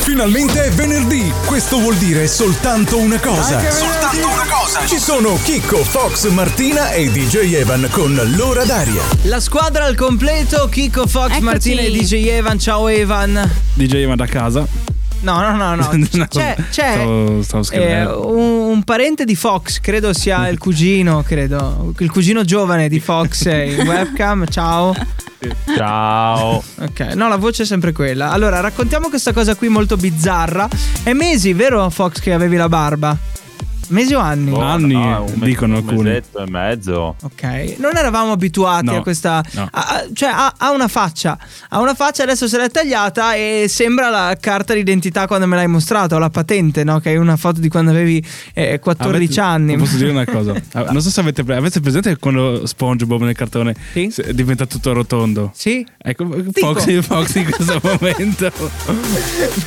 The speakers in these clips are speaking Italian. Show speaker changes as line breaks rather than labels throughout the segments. Finalmente è venerdì. Questo vuol dire soltanto una cosa.
Soltanto una cosa.
Ci sono Chicco, Fox, Martina e DJ Evan con l'ora d'aria.
La squadra al completo, Kiko Fox,
Eccoci.
Martina e DJ Evan. Ciao Evan.
DJ va da casa.
No, no, no, no. C'è, c'è,
Stavo, stavo
eh,
scherzando.
un, un parente di Fox, credo sia il cugino, credo. Il cugino giovane di Fox eh, in webcam. Ciao.
Ciao.
Ok, no, la voce è sempre quella. Allora, raccontiamo questa cosa qui molto bizzarra. È mesi, vero Fox, che avevi la barba? Mesi o anni?
Boh. Anni,
no, un me-
dicono
un
alcuni.
mesetto e mezzo.
Ok, non eravamo abituati
No,
a questa.
no.
a- a- cioè, ha, ha una faccia. Ha una faccia, adesso se l'è tagliata e sembra la carta d'identità quando me l'hai mostrata, o la patente, no? Che è una foto di quando avevi eh, 14
Avete-
anni.
Posso dire una cosa? Ah, Non so se avete, pre- avete presente quando SpongeBob nel cartone
Sì.
se- diventa tutto rotondo.
Sì,
Ecco, Foxy, Foxy in questo momento.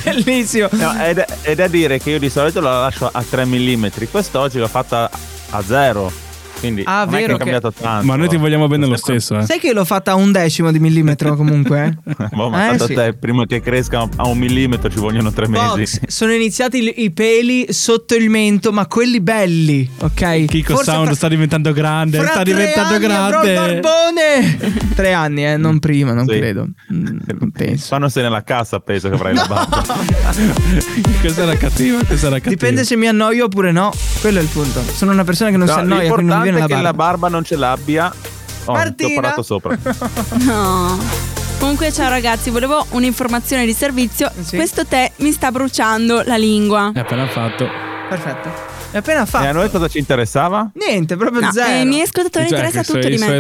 bellissimo.
Eh.
No, è, da, è da dire che io di solito la lascio a 3 mm, quest'oggi l'ho fatta a 0. Quindi
Ah,
non è
vero
che è cambiato tanto.
Ma noi ti vogliamo bene lo stesso, eh.
Sai che l'ho fatta a un decimo di millimetro comunque? eh?
Boh,
Eh,
ma tanto
sì.
te, prima che cresca a un millimetro ci vogliono tre mesi.
Fox, sono iniziati i- i peli sotto il mento, ma quelli belli, ok?
Kiko
Forse
Sound
fra-
sta diventando grande,
Fra
sta
tre
diventando
anni avrò il
grande.
barbone! tre anni, eh, non prima, non
Sì.
credo. Mm, Non penso.
Fanno se nella cassa, penso che avrai la barba.
Questa era cattiva, questa era cattiva.
Dipende se mi annoio oppure no. Quello è il punto. Sono una persona che non si
No,
annoia, quindi non mi
l'importante
viene
è
la
che
barba.
la barba non ce l'abbia. Oh, ti ho
Martina?
parlato sopra.
No. Comunque, ciao ragazzi, volevo un'informazione di servizio.
Sì.
Questo tè mi sta bruciando la lingua.
È appena fatto.
Perfetto. È appena
e a
fatto.
noi cosa ci interessava?
Niente, proprio
No,
zero.
ai miei ascoltatori
Cioè,
interessa
che
tutto
sei-
di me.
sei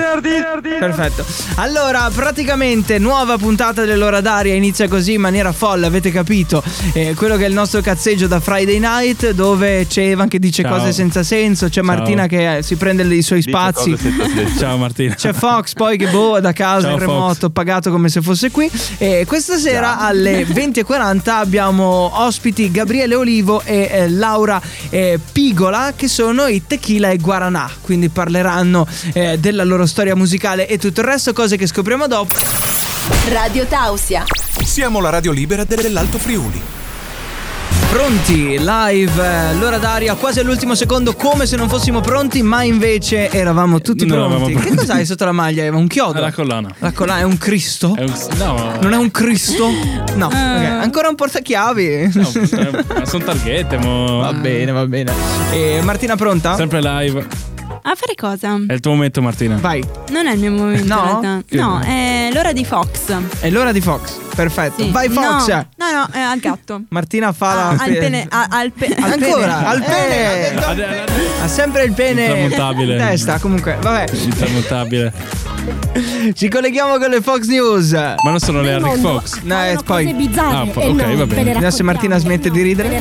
ascoltatore.
Perfetto. Allora, praticamente nuova puntata dell'ora d'aria inizia così in maniera folle, avete capito? Eh, quello che è il nostro cazzeggio da Friday night, dove c'è Evan che dice
Ciao.
cose senza senso, c'è Martina che eh, si prende i suoi
Dice
spazi.
cose senza senso.
Ciao Martina.
C'è Fox poi che boh da casa
Ciao,
in
Fox.
remoto, pagato come se fosse qui. E questa sera alle 20.40 abbiamo ospiti Gabriele Olivo e eh, Laura eh, Pigola che sono i Tequila e Guaranà. Quindi parleranno eh, della loro storia musicale e tutto il resto, cose che scopriamo dopo.
Radio Tausia.
Siamo la radio libera del- dell'Alto Friuli.
Pronti, live, eh, l'ora d'aria, quasi all'ultimo secondo, come se non fossimo pronti, ma invece eravamo tutti
Non
pronti.
Eh, eravamo
Che
pronti.
cos'hai sotto la maglia? Eva? Un chiodo?
La collana.
La collana è un Cristo?
È un- no,
Non è un Cristo? No, ok. ancora un portachiavi.
Ah. no, eh, sono targhette, mo.
Va bene, va bene. E Martina pronta?
Sempre live.
A fare cosa?
È il tuo momento, Martina.
Vai,
Non è il mio momento.
No?
in realtà.
Che-
no è l'ora di Fox.
è l'ora di Fox. Perfetto.
Sì.
Vai Fox. eh.
No, no, no, è al gatto.
Martina fa la
Ah, al pene. a- al pe- al pene. Eh,
Ancora, al pene.
Ad- ad- ad-
Ha sempre il pene
Intramontabile.
in testa, comunque. Vabbè,
Intramontabile.
ci colleghiamo con le Fox News.
Ma non sono le Harry Fox.
No, e poi
Ah, po- ok, va bene.
Vediamo se Martina smette di ridere.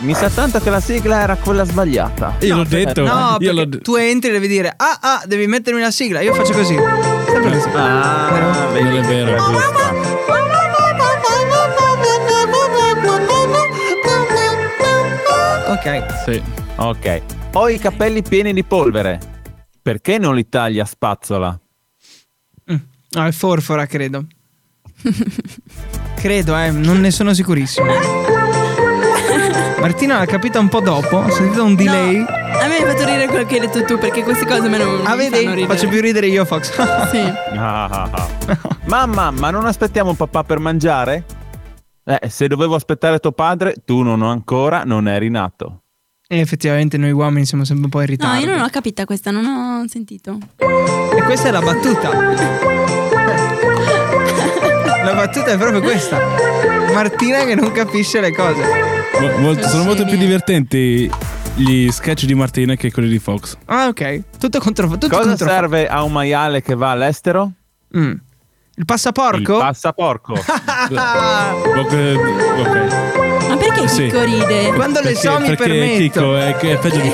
Mi sa tanto che la sigla era quella sbagliata.
Io l'ho detto.
No,
io l'ho
perché
detto.
tu entri e devi dire "Ah, ah, devi mettermi la sigla". Io faccio così. Sempre così.
Ah, vedi
Non è
che
vero.
era giusta.
Ok.
Sì.
Ok. Ho i capelli pieni di polvere. Perché non li taglia a spazzola?
Mm. No, è forfora, credo. credo, eh, non ne sono sicurissimo. Martina l'ha capita un po' dopo, ho sentito un
No,
delay.
A me mi ha fatto ridere quello che hai detto tu perché queste cose me non
Ah,
mi fanno
vedi?
ridere.
Faccio più ridere io, Fox.
Sì.
Ah, ah, ah. Mamma, ma non aspettiamo papà per mangiare? Eh, se dovevo aspettare tuo padre, tu non ancora non eri nato.
e Eh, effettivamente noi uomini siamo sempre un po' in
No,
ritardo.
io non l'ho capita questa, non ho sentito.
E questa è la battuta. la battuta è proprio questa. Martina che non capisce le cose.
Mo- molto- sono molto più
Scemi.
divertenti gli sketch di Martina che quelli di Fox.
Ah, ok. Tutto contro tutto
Cosa
contro-
serve a un maiale che va all'estero?
Mm. Il passaporco?
Il passaporco.
Ah!
Ok, ok.
Ma perché
Sì.
Chicco ride?
Quando le so mi
perché
permetto.
Kiko è, è peggio di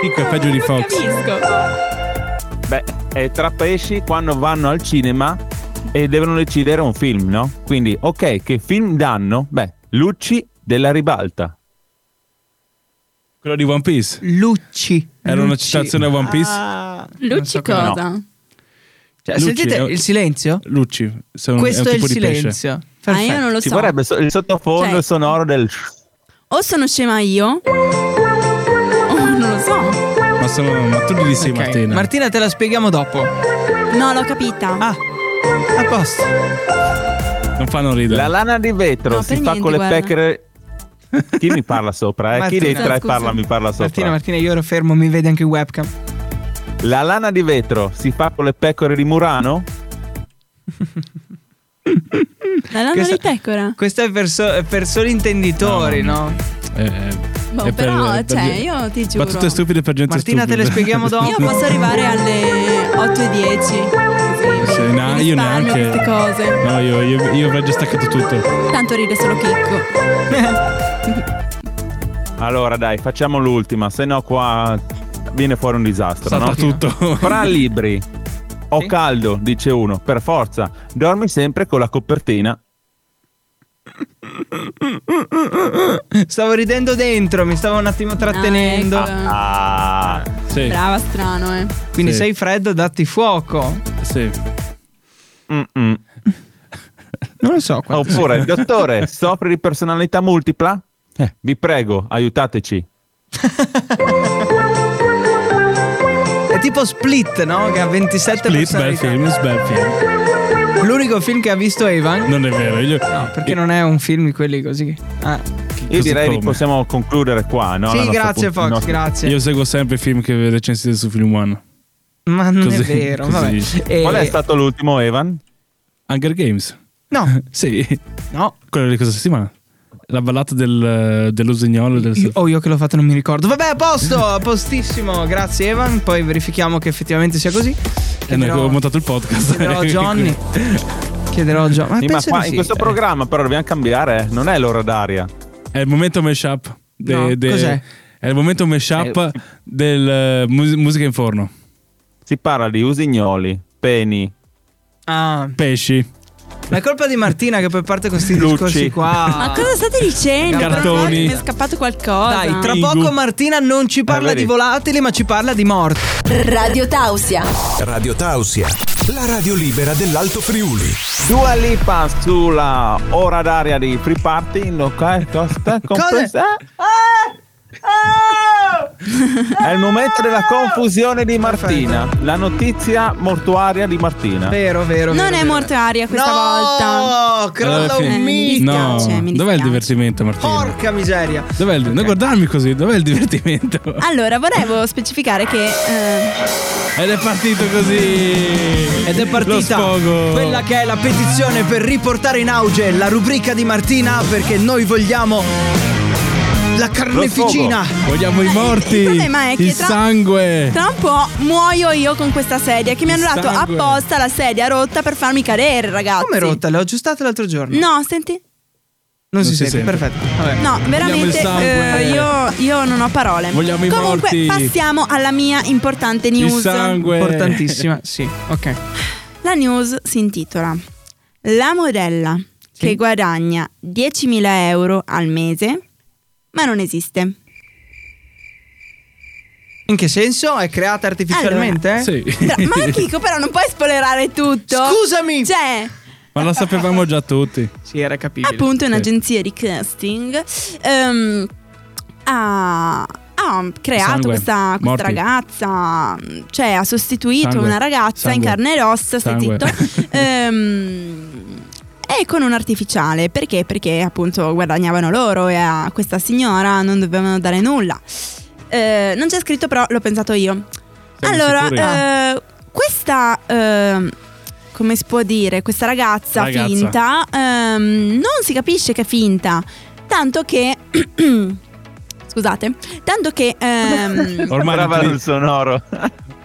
Kiko è peggio di Fox.
Capisco.
Beh, è tra pesci quando vanno al cinema e devono decidere un film, no? Quindi, ok, che film danno? Beh, Lucci della ribalta.
Quello di One Piece.
Lucci.
Era una
Lucci.
citazione a One Piece.
Ah, non
Lucci
so come-
cosa?
Cioè,
Luci,
sentite
è eh. un-
il silenzio?
Lucci, se un-
Questo
è
è,
un
il
tipo di pesce.
silenzio.
Ah,
Perfetto.
io non lo
Ci
so.
vorrebbe so- il sottofondo
Cioè-
sonoro del.
O sono scema io. O non lo so.
Ma, sono, ma tu gli sei
Ok,
Martina.
te la spieghiamo dopo. Ah,
No, l'ho capita.
a posto.
non fanno ridere.
La lana di vetro
No,
si
per
fa
niente,
con le
guarda.
pecore. Chi mi parla sopra? Eh? Chi
Martina.
dei tre
Scusa.
parla, mi parla sopra?
Martina, Martina, io ero fermo, mi vede anche il webcam.
La lana di vetro si fa con le pecore di Murano?
La lana
Questa-
di pecora.
Questo è per, so- per soli intenditori, no?
Eh, eh,
Boh,
è per-
però,
per
cioè,
gente-
io ti giuro.
Battute stupide per gente
Martina, te
stupida.
le spieghiamo dopo.
Io posso arrivare alle 8.10.
Sì, no,
Mi risparmio
io neanche.
queste cose.
No, io, io, io avrei già staccato tutto.
Tanto ride solo Chicco.
Allora dai, facciamo l'ultima, se no qua viene fuori un disastro.
Salta
No?
tutto.
Fra libri. Ho caldo, dice uno, per forza. Dormi sempre con la copertina.
Stavo ridendo dentro, mi stavo un attimo trattenendo.
Ah, ecco.
Ah,
sì,
Brava, strano, eh.
Quindi
Sì.
sei freddo, datti fuoco.
sì.
mm, mm.
Non lo so.
Oh.
Oppure, dottore, soffri di personalità multipla? Eh, vi prego, aiutateci.
È tipo Split, no? Che ha 27
Split, bel
personalità.
film, bel film.
L'unico film che ha visto Evan.
Non è vero, io...
No, perché non è un film di quelli così. Ah.
Io
Così
direi che
come.
possiamo concludere qua, no? La
sì,
nostra
grazie
punt-
Fox,
nostra-
grazie.
Io seguo sempre i film che recensite su Film One.
Ma non è
Così-
vero,
così.
vabbè. Eh,
Qual è stato l'ultimo, Evan?
Hunger Games.
No,
Sì,
no.
quello di questa settimana. La ballata del, dell'usignolo. Del...
Io- oh, io che l'ho fatto non mi ricordo. Vabbè, a posto, a postissimo. Grazie Evan, poi verifichiamo che effettivamente sia così.
e noi
Chiederò-
abbiamo Eh, montato il podcast.
Chiederò a Johnny. Chiederò a Johnny. Ma
Sì, ma
penso
qua,
di sì,
in
cioè.
questo
dai.
programma però dobbiamo cambiare, eh. non è l'ora d'aria.
È il momento mashup. De,
No,
de-
cos'è?
È il momento mashup
Eh,
del eh, mus- musica in forno.
Si parla di usignoli, peni,
Ah,
Pesci,
ma è colpa di Martina che poi parte con questi
Lucci.
discorsi qua.
Ma cosa state dicendo?
Cartoni.
Mi è scappato qualcosa.
Dai, tra
Ingu.
poco Martina non ci parla
vedi.
di volatili, ma ci parla di morte.
Radio Tausia.
Radio Tausia, la radio libera dell'Alto Friuli.
Dua Lipa sulla ora d'aria di Free Party eh, in locale tosta compresa. eh?
Ah!
È il momento
Ah!
della confusione di Martina, la notizia mortuaria di Martina.
Vero, vero.
Non
vero,
è
vero.
mortuaria questa
no!
volta.
crolla
Alla
un
fine-
mito.
Eh, Mi
no,
dispiace, mi
dov'è il
dispiace.
divertimento, Martino?
Porca miseria.
Dov'è il, Non guardarmi così, dov'è il divertimento?
Allora, volevo specificare che. eh,
Ed è partito così.
Ed è
Lo
partita
sfogo.
quella che è la petizione per riportare in auge la rubrica di Martina perché noi vogliamo la carneficina.
Vogliamo i morti.
il problema è che
il
tra-
sangue.
tra un po' muoio io con questa sedia che mi hanno
Il
dato
sangue.
apposta la sedia rotta per farmi cadere, ragazzi.
Come rotta? L'ho aggiustata l'altro giorno.
Ah, No, senti.
Non, si,
si
sente,
sente.
perfetto. Vabbè.
No,
il
veramente
sangue.
eh, io, io non ho parole.
Vogliamo i
Comunque,
morti.
passiamo alla mia importante
Il
news.
sangue.
Importantissima, sì, ok.
La news si intitola La modella che guadagna 10.000 euro al mese, ma non esiste.
In che senso? È creata artificialmente? eh?
Sì.
Tra- ma Chico, però non puoi spoilerare tutto.
Scusami!
Cioè,
Ma lo sapevamo già tutti.
Sì, era capibile.
appunto, un'agenzia di casting ehm, ha, ha creato
Sangue.
questa,
Morti.
questa ragazza, cioè ha sostituito
Sangue.
una ragazza in
Sangue.
carne e ossa, stai
Sangue.
zitto. ehm, e con un artificiale, perché? Perché appunto guadagnavano loro e a questa signora non dovevano dare nulla. Eh, non c'è scritto, però l'ho pensato io.
Siamo
allora,
sicuri?
eh, questa. ehm, come si può dire, questa ragazza,
Ragazza.
finta ehm, non si capisce che è finta, tanto che scusate, tanto che ehm,
Ormai
Brava
l'intelli-
il sonoro.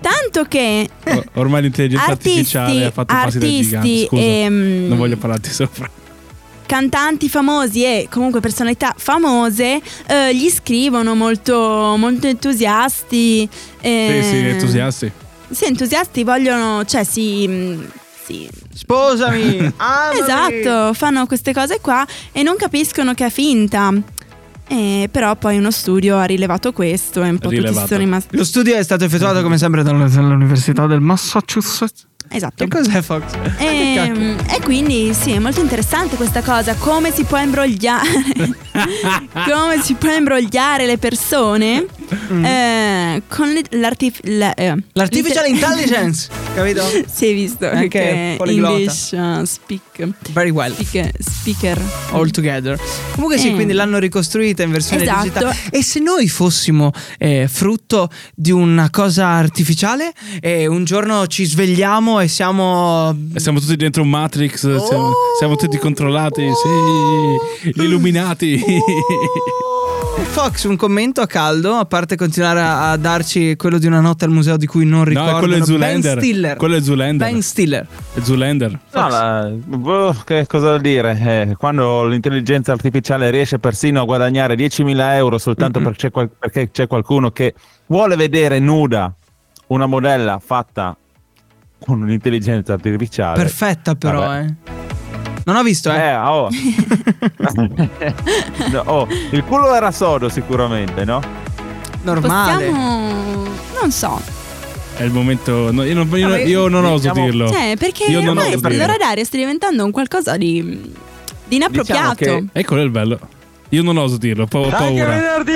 tanto che
or- ormai l'intelligenza
Artisti,
artificiale ha fatto passi da
artisti,
gigante. Scusa,
ehm,
non voglio parlarti sopra.
cantanti famosi e comunque personalità famose eh, gli scrivono molto, molto entusiasti. eh,
Sì, sì, entusiasti.
Sì, entusiasti vogliono, cioè si... mh, si-
Sposami! amami.
Esatto, fanno queste cose qua e non capiscono che è finta. Eh, però poi uno studio ha rilevato questo e un po' tutti
Rilevato.
sono rimasti.
Lo studio è stato effettuato come sempre dall'Università del Massachusetts.
Esatto.
Che cos'è Fox? Che cacchio?
E, e quindi sì, è molto interessante questa cosa, come si può imbrogliare, come si può imbrogliare le persone eh, con le- l'artif- la- eh,
Mm. L'artificial
l'inter-
intelligence, capito?
si è visto
Anche
che
poliglota.
English uh, speak,
Very well.
speak- speaker.
All together. Comunque sì,
Eh.
quindi l'hanno ricostruita in versione
Esatto.
digitale. E se noi fossimo eh, frutto di una cosa artificiale, eh, un giorno ci svegliamo e siamo...
E Siamo tutti dentro Matrix, siamo,
Oh!
siamo tutti controllati, sì, illuminati.
Fox, un commento a caldo, a parte continuare a, a darci quello di una notte al museo di cui non ricordo.
no, quello è Zoolander.
Ben Stiller.
Quello è Zoolander.
Ben Stiller.
È Zoolander.
No, la- boh, che cosa da dire? Eh, quando l'intelligenza artificiale riesce persino a guadagnare 10.000 euro soltanto perché, c'è qual- perché c'è qualcuno che vuole vedere nuda una modella fatta con un'intelligenza artificiale.
Perfetta però,
Vabbè.
eh. Non ho visto, eh.
Eh, oh. No, oh, il culo era sodo sicuramente, no?
Normale.
Possiamo, non so,
È il momento. no, io non, io non-
Vabbè,
io non oso
diciamo-
dirlo.
cioè perché
Oh. Io non
ormai
oso dirlo.
l'ora d'aria sta diventando un qualcosa di,
Diciamo
di inappropriato.
che-
E quello è il bello. Io non oso dirlo, pa- ho
Anche
paura.
venerdì,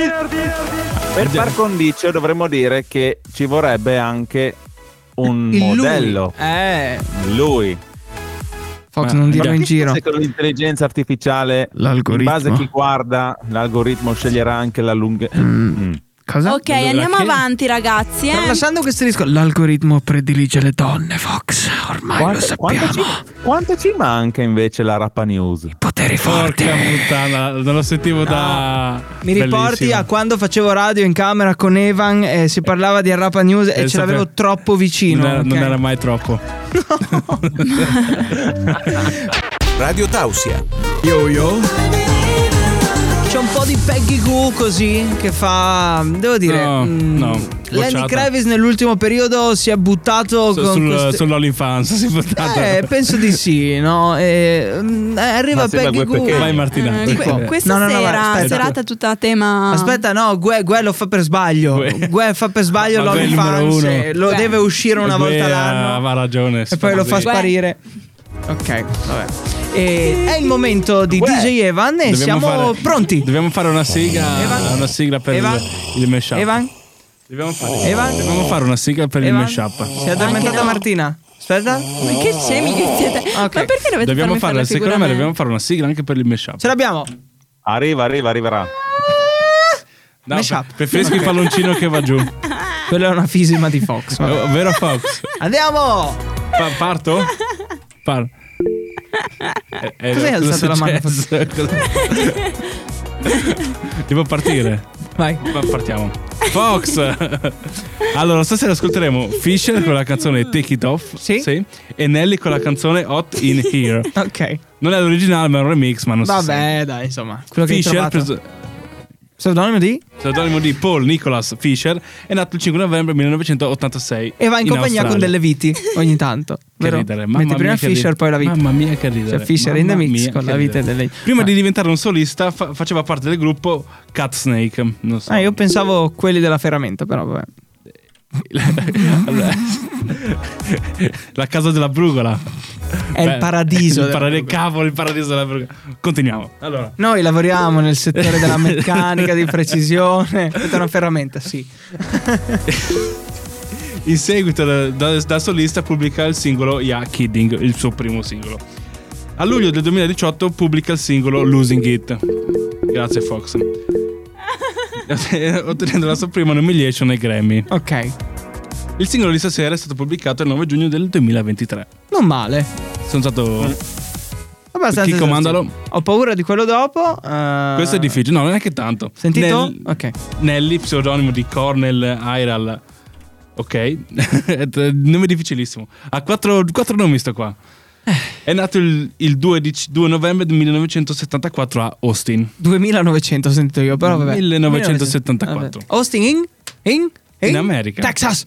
Per par condicio dovremmo dire che ci vorrebbe anche un
Il lui.
modello.
Eh.
Lui.
Fox,
Ma-
non
Tiro
dirlo
Ma
in
che
giro.
forse con l'intelligenza artificiale, in
L'algoritmo.
base a chi guarda, l'algoritmo sceglierà anche la lunga. Mm.
Cosa?
Esatto,
Ok, andiamo
che-
avanti ragazzi. eh.
Tralasciando questi discorsi.
L'algoritmo predilige le donne, Fox. Ormai lo
Quanto,
sappiamo.
quanto ci, quanto ci manca invece la Rapa News?
Poteri forti.
Porca puttana, non lo sentivo da.
Mi riporti
Bellissimo.
a quando facevo radio in camera con Evan e si parlava di Arrapa News e
Eh,
ce
sapevo-
l'avevo troppo vicino.
Non era, non
ok?
era mai troppo.
Radio Tausia.
Yo yo. C'è un po' di Peggy Goo così che fa. Devo dire.
No,
mm,
no,
Lenny
bocciata.
Kravis nell'ultimo periodo si è buttato
Su-
con.
sul,
queste-
Sull'OnlyFans si è portato.
Eh, penso di sì, no? Eh, mm, eh, arriva
Ma sembra
Peggy
quel
Goo.
perché-
Vai Martina.
Eh, que-
Tipo-
questa
No, no, no,
sera,
guarda, aspetta.
serata tutta a tema.
Aspetta, no, Gue, Gue lo fa per sbaglio. Gue,
Gue.
fa per sbaglio
Ma Gue è il
l'OnlyFans.
numero uno.
eh, Lo
Gue.
deve uscire una
Poi,
volta
eh,
l'anno.
Aveva ragione.
E poi lo fa
così.
Guè.
sparire. Ok, vabbè. E è il momento di
Guè.
DJ Evan e
Dobbiamo
Eh, siamo
fare-
pronti.
Dobbiamo fare una sigla. Una sigla per
Evan?
il, il mashup.
Evan,
Dobbiamo fare,
Evan?
dobbiamo fare una sigla per
Evan?
il mashup.
si è addormentata
no.
Martina. Aspetta,
Ma che c'è, mica siete?
Ok.
Ma perché dovete
Dobbiamo
farmi fare
fare,
la figura
secondo
a
me,
me?
dobbiamo fare una sigla anche per il mashup.
ce l'abbiamo.
Arriva, arriva, arriverà.
No,
Mashup.
pre- Preferisco il palloncino che va giù.
Quella è una fisima di Fox. vabbè.
Eh, Vero Fox?
Andiamo!
Pa- parto? Par- Eh,
Cos'hai
eh, cosa è
alzato la mano?
successo? Cosa- Devo partire.
Vai.
Ma partiamo. Fox! allora, stasera ascolteremo Fisher con la canzone Take It Off.
Sì.
E Nelly con la canzone Hot in Here.
Ok.
Non è l'originale, ma è un remix, ma non si sente.
Vabbè, dai, insomma. Quello che hai
Fisher,
trovato.
preso-
Pseudonimo di?
pseudonimo di Paul Nicholas Fisher, è nato il 5 novembre 1986.
E va in, compagnia con
Australia.
delle viti ogni tanto.
Che
vero?
ridere, mamma
Metti prima
mia che
Fisher,
ridere.
poi la vita.
Mamma mia che ridere.
Cioè, Fisher in the
Mamma
mix
mia
con
che
la vita
ridere.
di lei.
Prima
Ah.
di diventare un solista fa- faceva parte del gruppo Cat Snake, non so.
Ah, io pensavo quelli della ferramenta, però vabbè.
Allora, la casa della brugola.
È il
Beh,
paradiso.
Il
della
paradiso,
Google.
cavolo, il paradiso della brugola. Continuiamo. Allora,
Noi lavoriamo nel settore della meccanica di precisione. Questa è una ferramenta, sì.
in seguito da, da- da solista pubblica il singolo Ya Kidding, il suo primo singolo. A luglio del 2018 pubblica il singolo Losing It. Grazie Fox. Ottenendo la sua prima nomination ai Grammy.
Ok.
Il singolo di stasera è stato pubblicato il 9 giugno del 2023.
Non male.
Sono stato.
Abbastanza.
Chi
esercizio.
comandalo?
Ho paura di quello dopo. eh,
Questo è difficile, no, non è che tanto.
Sentito?
Nel-
Ok.
Nelly, pseudonimo di Cornel Iral. Ok, nome difficilissimo. Ha quattro, quattro nomi sto qua.
Eh.
È nato il, il 2, dic- 2 novembre del 1974 a Austin.
2900 ho sentito io, però vabbè.
1974.
Vabbè. Austin in? In?
In America.
Texas.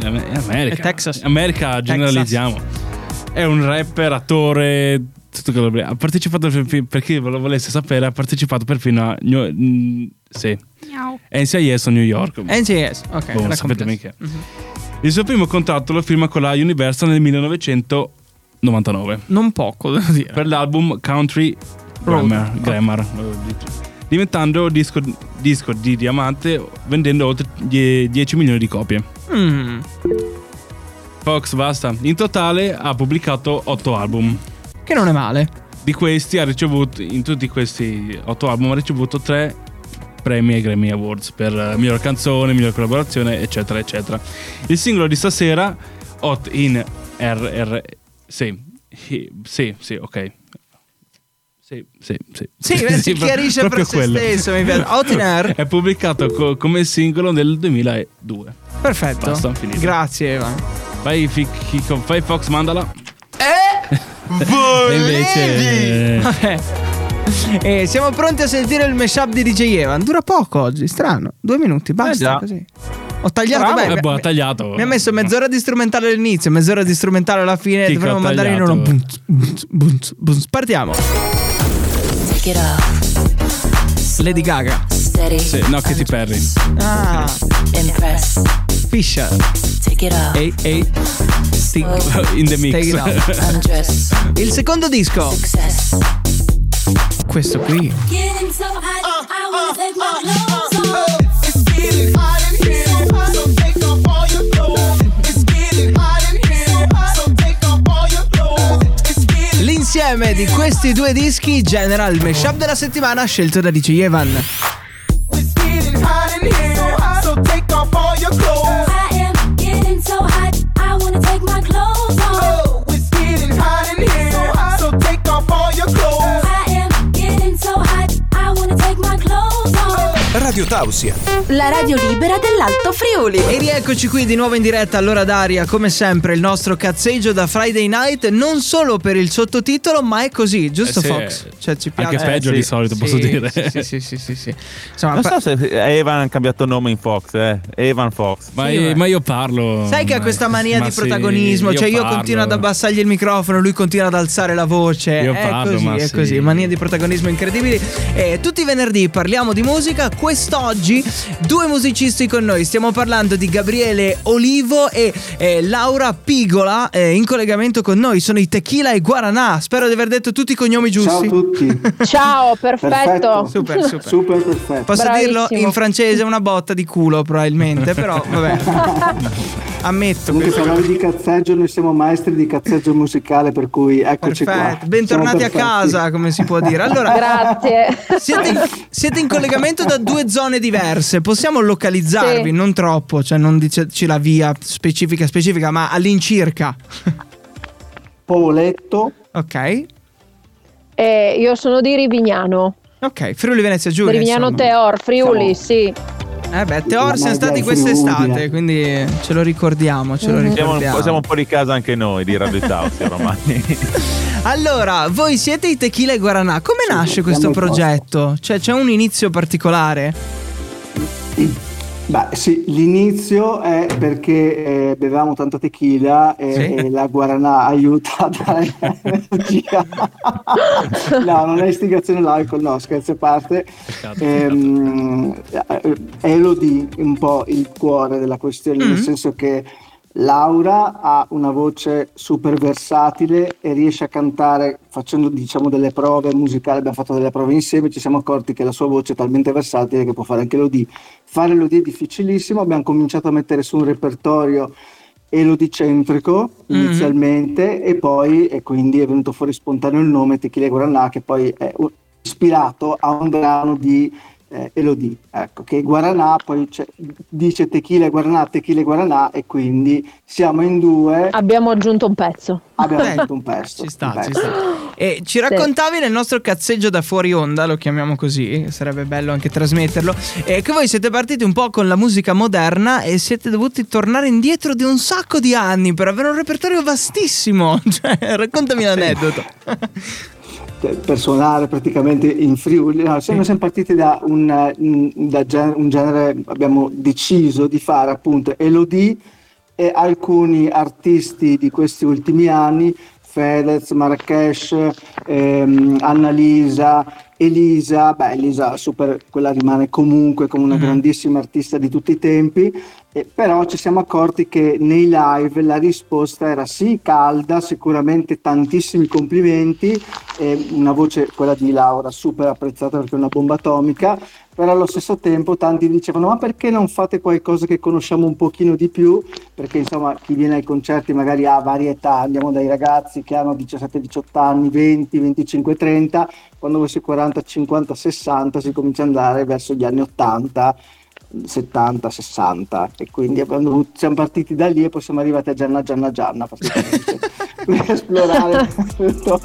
In Am- in America.
È Texas.
America generalizziamo. È un rapper, attore, tutto quello che- Ha partecipato, per, per chi lo volesse sapere, ha partecipato perfino a... New- mm, sì. NCIS o New York.
NCS. Ok.
Boh,
era
sapete
complesso.
mica. Il suo primo contratto lo firma con la Universal nel 1999
Non poco, devo dire.
per l'album Country Grammar, Grammar, avevo detto. diventando disco, disco di diamante vendendo oltre die- 10 milioni di copie.
Mm.
Fox basta, in totale ha pubblicato 8 album.
Che non è male.
Di questi ha ricevuto, in tutti questi 8 album ha ricevuto 3 premi ai Grammy Awards per eh, miglior canzone, miglior collaborazione, eccetera, eccetera. Il singolo di stasera, Hot in RR... Sì, Hi- sì, sì, ok. Sì, sì, sì.
Sì, si
pro-
chiarisce per
proprio
se stesso, mi piace. Out in air.
È pubblicato co- come singolo nel 2002.
Perfetto.
Basta, finito.
Grazie, Evan.
Vai, fi- chi- con- vai Fox, mandala.
E
E invece...
E Eh, siamo pronti a sentire il mashup di DJ Evan. Dura poco oggi, strano. Due minuti, basta.
già.
così. Ho tagliato.
Eh, Bravo.
beh,
Eh,
mi-
boh, ha
mi-
tagliato.
Mi ha messo mezz'ora di strumentale all'inizio, mezz'ora di strumentale alla fine.
Chi che
Dovremmo
ha
mandare in uno.
tagliato?
bunz, bunz, bunz, bunz. Partiamo.
Take it off,
Lady Gaga.
steady,
Sì, no, Katy Perry.
Ah,
impress.
Fisher.
Take it off,
Ehi, ehi,
In the mix.
take it out.
undress,
Il secondo disco.
success.
Questo qui.
Getting so hot, I wanna take my clothes off.
It's getting hot in here, so take off all your clothes. It's getting hot in here, so take off all your clothes. It's getting
L'insieme di questi due dischi genera il mashup della settimana scelto da DJ Evan.
it's getting hot in here, so take off all your clothes.
I am getting so hot, I wanna take my clothes off.
Oh, it's getting hot in here, so take off all your clothes.
I am getting so hot, I wanna take my clothes off.
Radio Tausia.
La radio libera dell'Alto Friuli.
E rieccoci qui di nuovo in diretta all'ora d'aria, come sempre il nostro cazzeggio da Friday Night, non solo per il sottotitolo, ma è così, giusto
Eh sì,
Fox?
eh,
Cioè ci piace. Eh,
Anche peggio
sì.
di solito,
Sì,
posso dire.
Sì, sì, sì, sì, sì, sì. Insomma,
Non
pa-
so se Evan ha cambiato nome in Fox, eh. Evan Fox.
Ma,
Sì,
io,
vabbè.
ma io parlo.
Sai che ha
ma-
questa mania
ma
di
sì,
protagonismo, cioè io
parlo.
continuo ad abbassargli il microfono, lui continua ad alzare la voce.
Io
è
parlo,
così,
ma
è
sì.
così, mania di protagonismo incredibili. E tutti i venerdì parliamo di musica, quest'oggi due musicisti con noi, stiamo parlando di Gabriele Olivo e eh, Laura Pigola eh, in collegamento con noi, sono i Tequila e Guaranà, spero di aver detto tutti i cognomi giusti.
Ciao a tutti.
Ciao, perfetto.
Super, super.
Super perfetto.
Posso
Bravissimo.
dirlo in francese una botta di culo probabilmente, però vabbè. Ammetto.
Comunque parlavi di cazzeggio, noi siamo maestri di cazzeggio musicale, per cui eccoci
Perfetto,
qua.
bentornati a
Siamo
casa, come si può dire. Allora,
Grazie.
siete in, siete in collegamento da due zone diverse, possiamo localizzarvi,
Sì.
non troppo, cioè non diceci la via specifica specifica, ma all'incirca.
perfetti. Poletto,
Ok?
Eh, io sono di Rivignano,
Ok, Friuli Venezia Giulia.
Rivignano
insomma.
Teor, Friuli,
Siamo-
sì.
Eh beh, Teor
La
siamo stati
media
quest'estate,
Friuli.
quindi ce lo ricordiamo, ce
Mhm.
lo
Siamo un,
ricordiamo.
po', siamo un po' di casa anche noi di Radio Tausia ormai.
Allora, voi siete i Tequila e Guaranà. Come nasce questo
siamo il
progetto? Cioè, c'è un inizio particolare?
Mm. Beh, sì, l'inizio è perché eh, bevevamo tanta tequila e,
Sì.
e la guaranà aiuta a dare energia. no, non è istigazione all'alcol, no, scherzi a parte.
Peccato,
Ehm, eh, Elodie un po' il cuore della questione, nel senso che Laura ha una voce super versatile e riesce a cantare facendo diciamo delle prove musicali, abbiamo fatto delle prove insieme, ci siamo accorti che la sua voce è talmente versatile che può fare anche Elodie. Fare Elodie è difficilissimo, abbiamo cominciato a mettere su un repertorio elodicentrico
Mhm.
inizialmente e poi e quindi è venuto fuori spontaneo il nome Tequila e Guaranà che poi è u- ispirato a un brano di eh, Elodie, ecco, che Guaranà poi c'è- dice Tequila e Guaranà, Tequila e Guaranà e quindi siamo in due,
Abbiamo aggiunto un pezzo.
abbiamo
Eh,
fatto un pezzo.
Ci
un
sta, ci
pezzo.
sta. E ci raccontavi nel nostro cazzeggio da fuori onda, lo chiamiamo così, sarebbe bello anche trasmetterlo, eh, che voi siete partiti un po' con la musica moderna e siete dovuti tornare indietro di un sacco di anni per avere un repertorio vastissimo. Cioè, raccontami l'aneddoto.
Cioè, per suonare praticamente in Friuli. No, siamo, siamo partiti da, un, eh, un- da gen- un genere, abbiamo deciso di fare appunto Elodie e alcuni artisti di questi ultimi anni Fedez, Marrakesh, ehm, Annalisa, Elisa, beh Elisa super, quella rimane comunque come una grandissima artista di tutti i tempi, eh, però ci siamo accorti che nei live la risposta era sì calda, sicuramente tantissimi complimenti, eh, una voce quella di Laura super apprezzata perché è una bomba atomica, però allo stesso tempo tanti dicevano ma perché non fate qualcosa che conosciamo un pochino di più perché insomma chi viene ai concerti magari ha varie età andiamo dai ragazzi che hanno 17 18 anni 20 25 30 quando voi siete 40 50 60 si comincia ad andare verso gli anni 80 70 60 e quindi abbiamo dovuto- siamo partiti da lì e poi siamo arrivati a Gianna Gianna Gianna praticamente per esplorare tutto,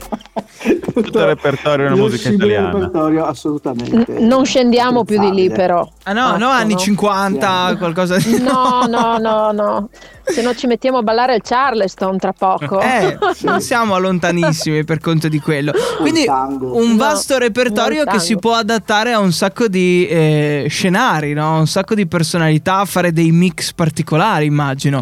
tutto il repertorio della
lo
musica
scibile
italiana.
repertorio assolutamente
N- non scendiamo più di lì, però.
Ah no, no,
Ecco,
anni
no.
50, qualcosa di...
No, no, no, no. Se no ci mettiamo a ballare il Charleston tra poco.
Eh, non siamo lontanissimi per conto di quello. Quindi
tango.
un
No,
vasto repertorio
non
che
tango.
si può adattare a un sacco di eh, scenari, no? un sacco di personalità, fare dei mix particolari, immagino.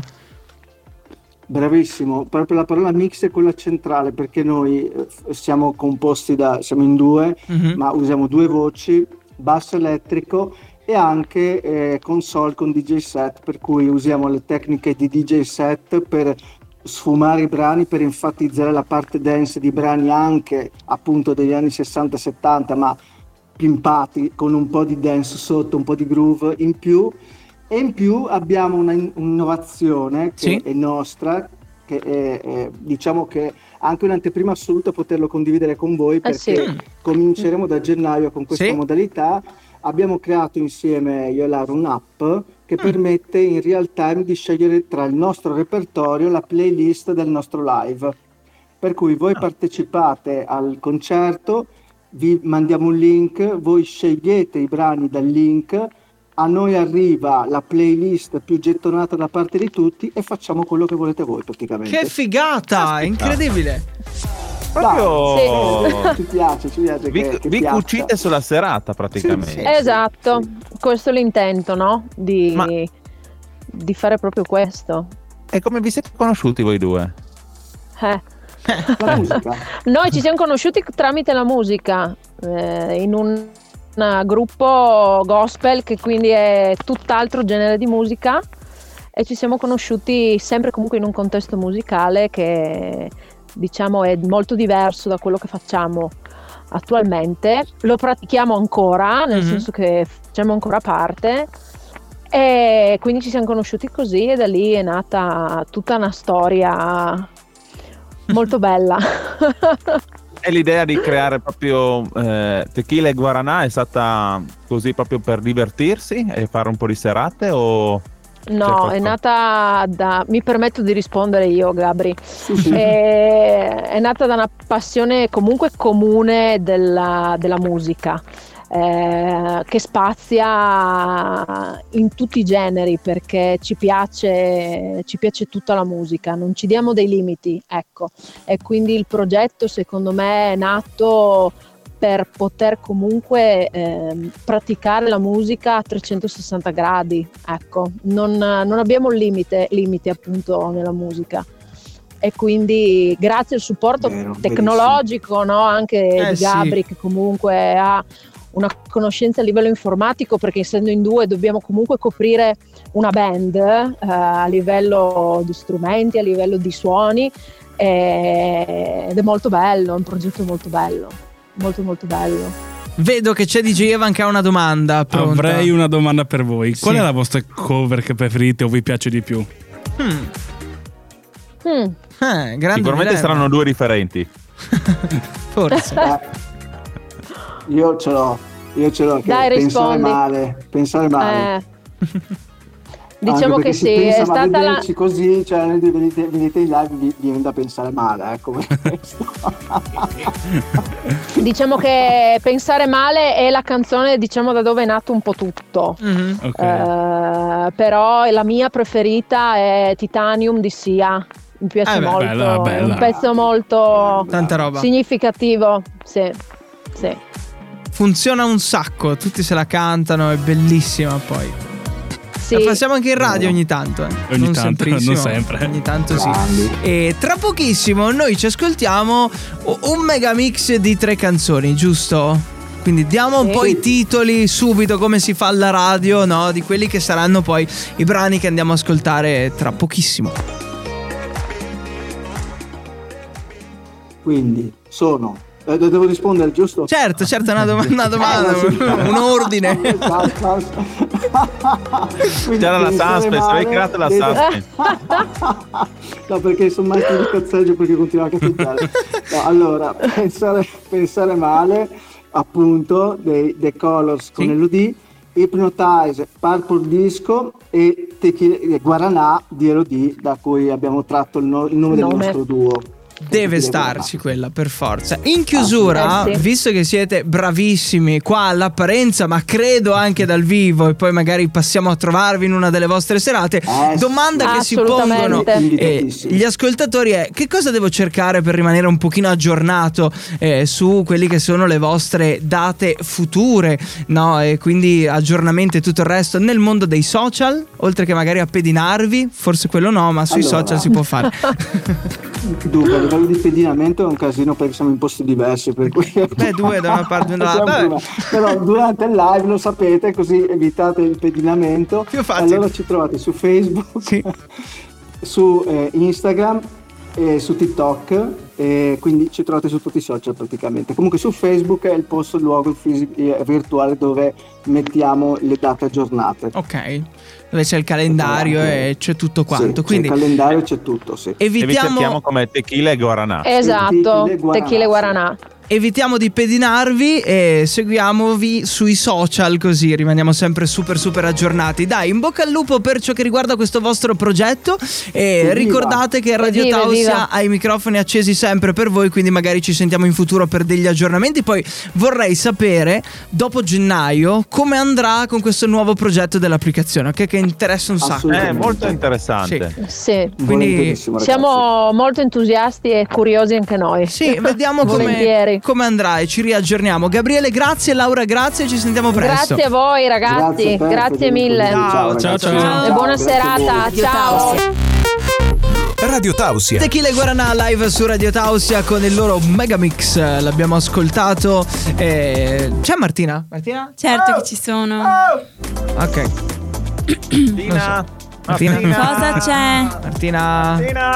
Bravissimo, proprio la parola mix è quella centrale perché noi eh, f- siamo composti da, siamo in due,
Mhm.
ma usiamo due voci, basso elettrico e anche eh, console con DJ set, per cui usiamo le tecniche di DJ set per sfumare i brani, per enfatizzare la parte dance di brani anche appunto degli anni 60-70, ma pimpati con un po' di dance sotto, un po' di groove in più. E in più abbiamo una in- un'innovazione che
Sì.
è nostra, che è, è, diciamo che è anche un'anteprima assoluta poterlo condividere con voi
Eh
perché
sì.
cominceremo da gennaio con questa
Sì.
modalità. Abbiamo creato insieme io e Lara un'app che
Mm.
permette in real time di scegliere tra il nostro repertorio la playlist del nostro live. Per cui
Ah.
voi partecipate al concerto, vi mandiamo un link, voi scegliete i brani dal link, a noi arriva la playlist più gettonata da parte di tutti e facciamo quello che volete voi praticamente.
Che figata, incredibile.
Dai,
Proprio
Ci piace, ci piace. che,
vi,
che
vi
piazza.
cucite sulla serata praticamente.
Esatto, questo è l'intento, no? Di,
Ma-
di fare proprio questo.
E come vi siete conosciuti voi due?
Eh.
La musica.
Noi ci siamo conosciuti tramite la musica eh, in un un gruppo gospel che quindi è tutt'altro genere di musica e ci siamo conosciuti sempre comunque in un contesto musicale che diciamo è molto diverso da quello che facciamo attualmente. Lo pratichiamo ancora, Ah, nel
Mhm.
senso che facciamo ancora parte e Eh, quindi ci siamo conosciuti così e da lì è nata tutta una storia molto bella.
E l'idea di creare proprio eh, tequila e guaranà è stata così proprio per divertirsi e fare un po' di serate o...
No,
qualcosa-
è nata da... mi permetto di rispondere io, Gabri.
Sì, sì.
Eh, è nata da una passione comunque comune della, della musica, eh, che spazia in tutti i generi perché ci piace, ci piace tutta la musica, non ci diamo dei limiti, ecco. E quindi il progetto secondo me è nato per poter comunque ehm, praticare la musica a 360 gradi, ecco, non, non abbiamo un limite, limite appunto nella musica e quindi grazie al supporto
Vero,
tecnologico no, anche
Eh,
di
sì.
Gabri che comunque ha una conoscenza a livello informatico perché essendo in due dobbiamo comunque coprire una band eh, a livello di strumenti, a livello di suoni eh, ed è molto bello, è un progetto molto bello, molto molto bello.
Vedo che c'è DJ Evan che ha una domanda pronta.
Avrei una domanda per voi. Qual
Sì.
è la vostra cover che preferite o vi piace di più?
Mm,
Mm.
eh, grande
Sicuramente
dilemma,
saranno due differenti.
Forse.
Io ce l'ho, io ce l'ho. Che
Dai,
pensare
rispondi.
male, pensare male.
Eh. Diciamo
Anche
che
perché
sì,
se pensa,
è
ma
stata la...
vederci così, cioè noi venite, venite in live, vi viene da pensare male, ecco. questo.
Diciamo che Pensare male è la canzone, diciamo, da dove è nato un po' tutto.
Mhm.
Ok.
Eh, però la mia preferita è Titanium di Sia. Mi piace
Eh beh,
molto.
bella,
È
bella.
un pezzo molto
Tanta roba.
significativo. Sì. Sì.
Funziona un sacco, tutti se la cantano, è bellissima poi.
Sì.
La passiamo anche in radio ogni tanto. eh.
Ogni
non
tanto,
semprissimo,
non sempre.
Ogni tanto sì.
Grandi.
E tra pochissimo noi ci ascoltiamo u- un mega mix di tre canzoni, giusto? Quindi diamo un
Sì.
po' i titoli subito come si fa alla radio, no? Di quelli che saranno poi i brani che andiamo a ascoltare tra pochissimo.
Quindi sono. eh, devo rispondere, giusto?
Cioè,
Eh,
Certo, certo, è una, dom- una domanda, un ordine.
Esatto,
C'era la suspense, avevi creato la
Ah,
suspense.
No, perché sono maestro di cazzeggio perché continua a capitare. No, allora, pensare, pensare male, appunto, dei The Colors con Elodie, Hypnotize, Purple Disco e Tequila- e Guaranà di Elodie, da cui abbiamo tratto il, no- il nome del
Nome.
nostro duo.
Deve starci quella, per forza. In chiusura,
Eh sì.
visto che siete bravissimi qua all'apparenza, ma credo anche dal vivo, e poi magari passiamo a trovarvi in una delle vostre serate,
Eh,
domanda
sì.
che si
Assolutamente.
pongono eh,
Invitatissimi.
gli ascoltatori è che cosa devo cercare per rimanere un pochino aggiornato eh, su quelli che sono le vostre date future, no? E quindi aggiornamenti e tutto il resto nel mondo dei social, oltre che magari a pedinarvi, forse quello no, ma sui
Allora.
social si può fare.
Dunque, a livello di pedinamento è un casino perché siamo in posti diversi. Per cui...
Beh, due da una parte e dall'altra.
Siamo
Vabbè.
prima. Però durante il live lo sapete, così evitate il pedinamento.
Più facile.
Allora ci trovate su Facebook,
Sì.
su eh, Instagram e su TikTok. E quindi ci trovate su tutti i social praticamente. Comunque su Facebook è il posto, il luogo fisi- eh, virtuale dove mettiamo le date aggiornate.
Ok, dove c'è il calendario e c'è tutto
Sì,
quanto.
c'è
Quindi
il calendario c'è tutto, sì.
E vi cerchiamo
evitiamo,
come tequila e guaranà.
Esatto,
Tequila e guaranà,
tequila e
sì.
guaranà.
evitiamo di pedinarvi e seguiamovi sui social così rimaniamo sempre super super aggiornati. Dai, in bocca al lupo per ciò che riguarda questo vostro progetto e
Evviva.
ricordate che Radio
Evviva,
Tausia
evviva.
ha i microfoni accesi sempre per voi, quindi magari ci sentiamo in futuro per degli aggiornamenti. Poi vorrei sapere, dopo gennaio, come andrà con questo nuovo progetto dell'applicazione, ok? Che interessa un sacco.
Eh,
È molto interessante.
Sì.
Sì.
Quindi
Volentierissimo, ragazzi.
Siamo molto entusiasti e curiosi anche noi.
Sì, vediamo come,
Volentieri.
come andrà e ci riaggiorniamo. Gabriele, grazie, Laura, grazie, ci sentiamo presto.
Grazie a voi
Grazie,
ragazzi,
per-
grazie, mille.
Ciao,
Ciao,
ragazzi.
ciao.
E buona
grazie a voi.
serata,
Radio
ciao.
Tausia.
Radio Tausia.
Tequila e Guaranà live su Radio Tausia con il loro Megamix, l'abbiamo ascoltato. eh, C'è Martina? Martina?
Certo che ci sono.
Ok.
Martina,
Martina.
Cosa c'è?
Martina.
Martina.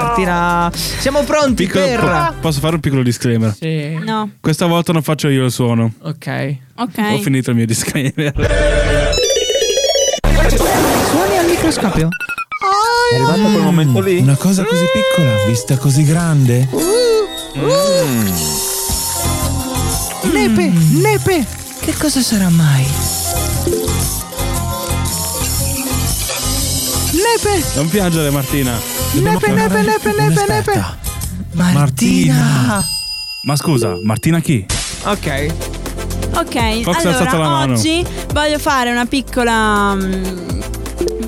Martina. Siamo pronti
Piccolo-
per...
po- posso fare un piccolo disclaimer?
Sì.
No,
Questa volta non faccio io il suono.
Ok.
Ho
ok.
finito il mio disclaimer.
Suoni al microscopio.
È arrivato quel momento lì.
Una cosa così piccola, vista così grande.
Mm.
Nepe, nepe. Che cosa sarà mai? Nepe.
Non piangere, Martina.
Nepe, nepe, nepe, nepe, nepe. Martina.
Martina. Ma scusa, Martina chi?
Ok.
Ok,
Fox ha alzato la
allora
mano.
oggi voglio fare una piccola. mm,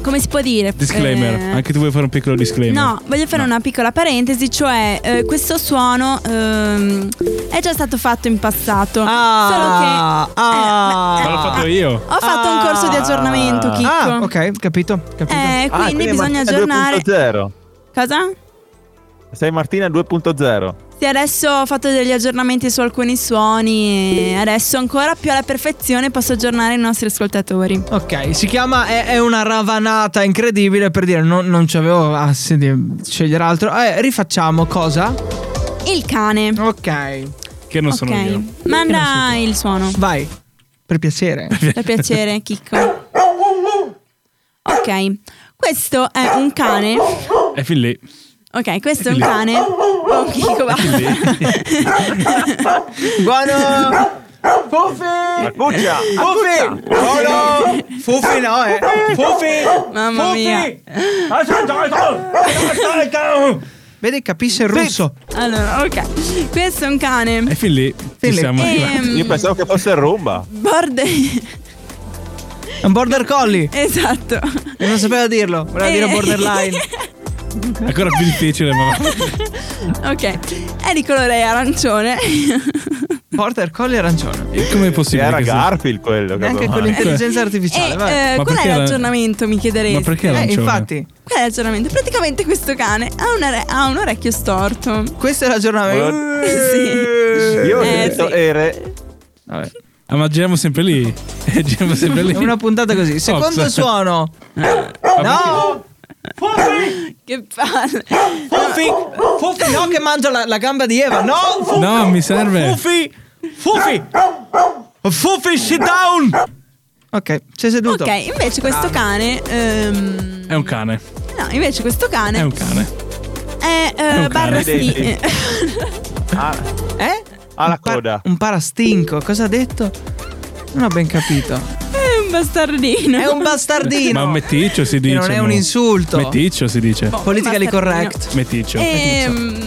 come si può dire?
Disclaimer.
Eh,
Anche tu vuoi fare un piccolo disclaimer?
No, voglio fare una piccola parentesi, cioè eh, questo suono ehm, è già stato fatto in passato.
Ah,
solo che eh,
ah.
ma-
Ma l'ho fatto io.
ho fatto un corso di aggiornamento, Chicco.
Ah, ok, capito, capito.
Eh,
Ah,
quindi
è
bisogna
Martina
aggiornare.
2.0.
Cosa?
Sei Martina 2.0.
Sì, adesso ho fatto degli aggiornamenti su alcuni suoni e adesso ancora più alla perfezione posso aggiornare i nostri ascoltatori.
Ok, si chiama è, è una ravanata incredibile per dire non, non c'avevo assi di scegliere altro. Eh, rifacciamo cosa?
Il cane.
Ok,
Che non sono
ok,
io.
manda il suono.
vai. Per piacere.
Per piacere, Chicco. Ok, questo è un cane.
È fin lì.
Ok, questo è
Ecco
un cane. Oh, Chicco, va.
Buono!
Eh.
Fufi!
Marcuccia!
Ah.
Fufi! Buono! Fufi no, eh. Fufi!
Mamma mia.
Vedi, capisce il russo.
Allora, ok. Questo è un cane.
È fin lì.
lì. Eh.
Ci siamo arrivati.
Ehm,
Io pensavo che fosse rumba.
border...
È un border collie.
esatto.
E non sapeva dirlo. Voleva dire
Eh.
borderline.
Ancora più difficile, ma
Ok, è di colore arancione.
Porter Collie arancione.
E com'è possibile?
Era
che sia-
Garfield quello.
Neanche con
casomai.
l'intelligenza artificiale.
E
vai.
eh,
Ma
qual è
perché la-
l'aggiornamento, mi chiederei?
Ma perché
eh,
arancione?
infatti,
Qual è l'aggiornamento? Praticamente questo cane ha, un are- ha un orecchio storto.
questo è l'aggiornamento.
sì.
Io ho
Eh,
detto
sì.
ere-
Vabbè. Ah, ma giriamo sempre lì. giriamo sempre lì.
È una puntata così. Secondo
Forza. Eh.
suono. No!
Che palle.
Ah,
Fufi! Fufi! No, che mangia la, la gamba di Eva! No! Fufi!
No, mi serve.
Fufi! Fufi! Fufi, sit down! Ok, sei seduto.
Ok, invece
Ah.
questo cane. ehm,
È un cane.
No, invece questo cane
Eh. È
è,
un cane.
eh,
un
barra
cane.
sti-
Dei- ha,
Eh?
ha la
Un par-
coda.
un parastinco, cosa ha detto? Non ho ben capito.
È un bastardino.
È un bastardino!
Ma un meticcio si dice.
non è un
no?
insulto. Eh,
Meticcio si dice.
Politically
Bastardino.
correct.
Meticcio.
Ehm,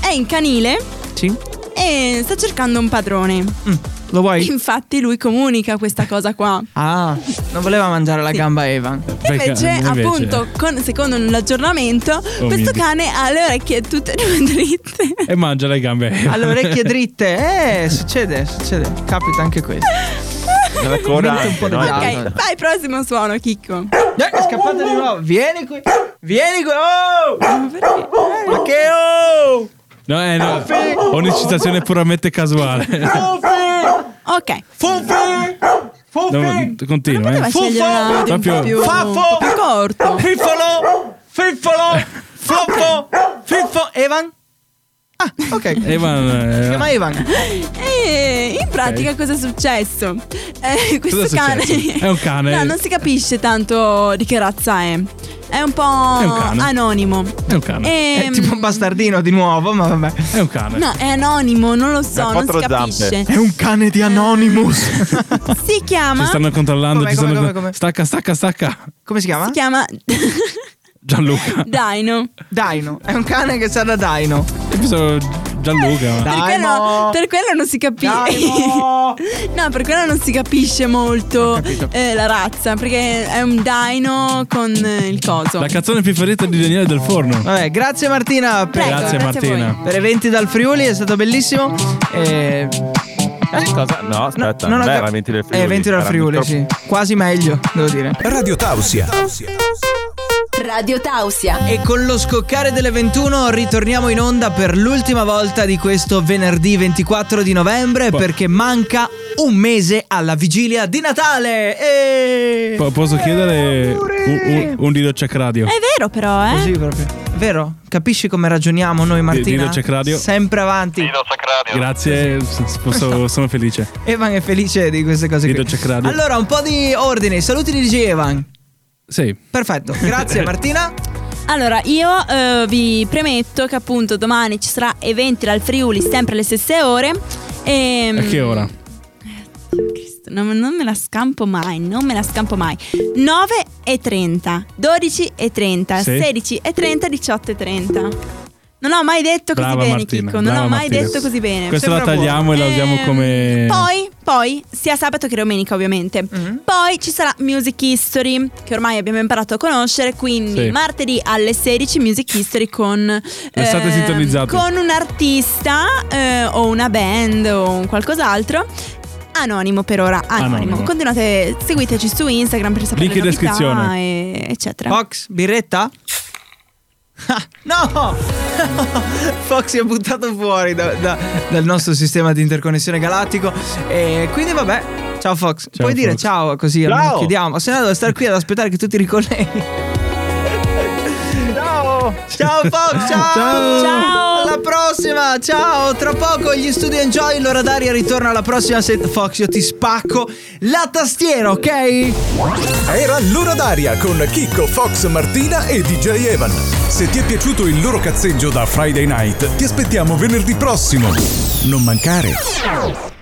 è in canile
Sì.
e sta cercando un padrone.
Mm, Lo vuoi?
Infatti lui comunica questa cosa qua.
Ah, non voleva mangiare la gamba Eva.
Perché-
eh,
Invece, appunto, con- secondo l'aggiornamento,
Oh, mio Dio.
questo cane ha le orecchie tutte e due dritte.
E mangia le gambe.
Ha le orecchie dritte. Eh, succede, succede. Capita anche questo.
La coda.
Mette un po'
anche,
di
no?
Ah,
ok,
no.
vai, prossimo suono, Chicco.
Dai, è scappata di nuovo. Vieni qui. Vieni qui. Oh! Ma che oh!
No, eh, no. Ho un'eccitazione puramente casuale.
Ok,
Fufi!
No,
Fufi!
ma continua,
poteva
eh.
scegliere un audio un po'
Proprio-
più, un po' più corto.
Fiffolo! Fiffolo! Floffo! Fiffo! Evan? Ah, ok. Si
Evan. eh,
chiama Evan.
E in pratica cosa è successo? Eh, questo
Cosa è
cane
successo? È un cane.
No, non si capisce tanto di che razza è. È un po'
un cane.
anonimo.
È un cane.
È
Ehm,
tipo un bastardino di nuovo, ma vabbè.
È un cane.
No, è anonimo, non lo so, non
Ha quattro
si capisce.
È un cane di Anonymous.
Si
Ci
chiama
stanno controllando.
Come,
ci
come,
stanno
come, come?
Stacca, stacca, stacca.
Come si chiama?
si chiama
Gianluca.
Dino.
Dino. È un cane che sa da Dino.
Io pensavo Gianluca. ma-
Per quello, per quello non si capisce.
Dino!
No, per quello non si capisce molto
capito.
eh, la razza, perché è un dino con eh, il coso.
La canzone più preferita di Daniele Del Forno.
Vabbè, grazie Martina per,
Prego,
Grazie,
grazie a voi.
Martina.
per eventi dal Friuli, è stato bellissimo. E...
Eh, cosa? No, aspetta,
ho
non
cap-
era 20 del Friuli.
Eh, eventi dal
era
Friuli,
micro-
sì. Quasi meglio, devo dire.
Radio Tausia.
Radio Tausia.
E con lo scoccare delle 21 ritorniamo in onda per l'ultima volta di questo venerdì 24 di novembre perché manca un mese alla vigilia di Natale. E...
Po- posso chiedere un, un, un Dido Check Radio?
È vero però, eh?
Così proprio. Vero? Capisci come ragioniamo noi Martina?
dillo, Check Radio.
Sempre avanti.
Grazie, s- posso- sono felice.
Evan è felice di queste cose
Dillo,
qui.
Check Radio.
Allora, un po' di ordine. Saluti di DJ Evan.
Sì.
Perfetto. Grazie Martina.
Allora, io eh, vi premetto che appunto domani ci sarà eventi dal Friuli sempre alle stesse ore. E,
A che ora?
Ecco Cristo, Non, non me la scampo mai, non me la scampo mai. 9.30, 12.30,
Sì.
16.30, 18.30. Non ho mai detto così
Brava
bene,
Martina,
Chicco. Non ho
brava
mai
Martina.
detto così bene.
Questa la
Sembra
tagliamo
buono.
e la usiamo
Ehm,
come-
Poi, poi, sia sabato che domenica, ovviamente. Poi ci sarà Music History, che ormai abbiamo imparato a conoscere. Quindi,
Sì.
martedì alle 16, Music History con. ehm,
Restate sintonizzati.
Con un artista eh, o una band o un qualcos'altro. Anonimo per ora, anonimo.
Anonimo.
Continuate, seguiteci su Instagram per sapere
Link in
le novità
descrizione.
e- eccetera.
Fox, birretta? Ah, No! Fox si è buttato fuori da- da- dal nostro sistema di interconnessione galattico. E quindi vabbè. Ciao Fox. Puoi
Fox.
dire ciao così almeno
Ciao!
chiudiamo. Se no devo stare qui ad aspettare che tu ti ricolleghi. Ciao! Ciao Fox, ciao!
Ciao!
Ciao!
Alla prossima, ciao! Tra poco gli Studio Enjoy, l'ora d'aria ritorna alla prossima set. Fox, io ti spacco la tastiera, ok?
Era l'ora d'aria con Chicco, Fox, Martina e DJ Evan. Se ti è piaciuto il loro cazzeggio da Friday Night, ti aspettiamo venerdì prossimo. Non mancare.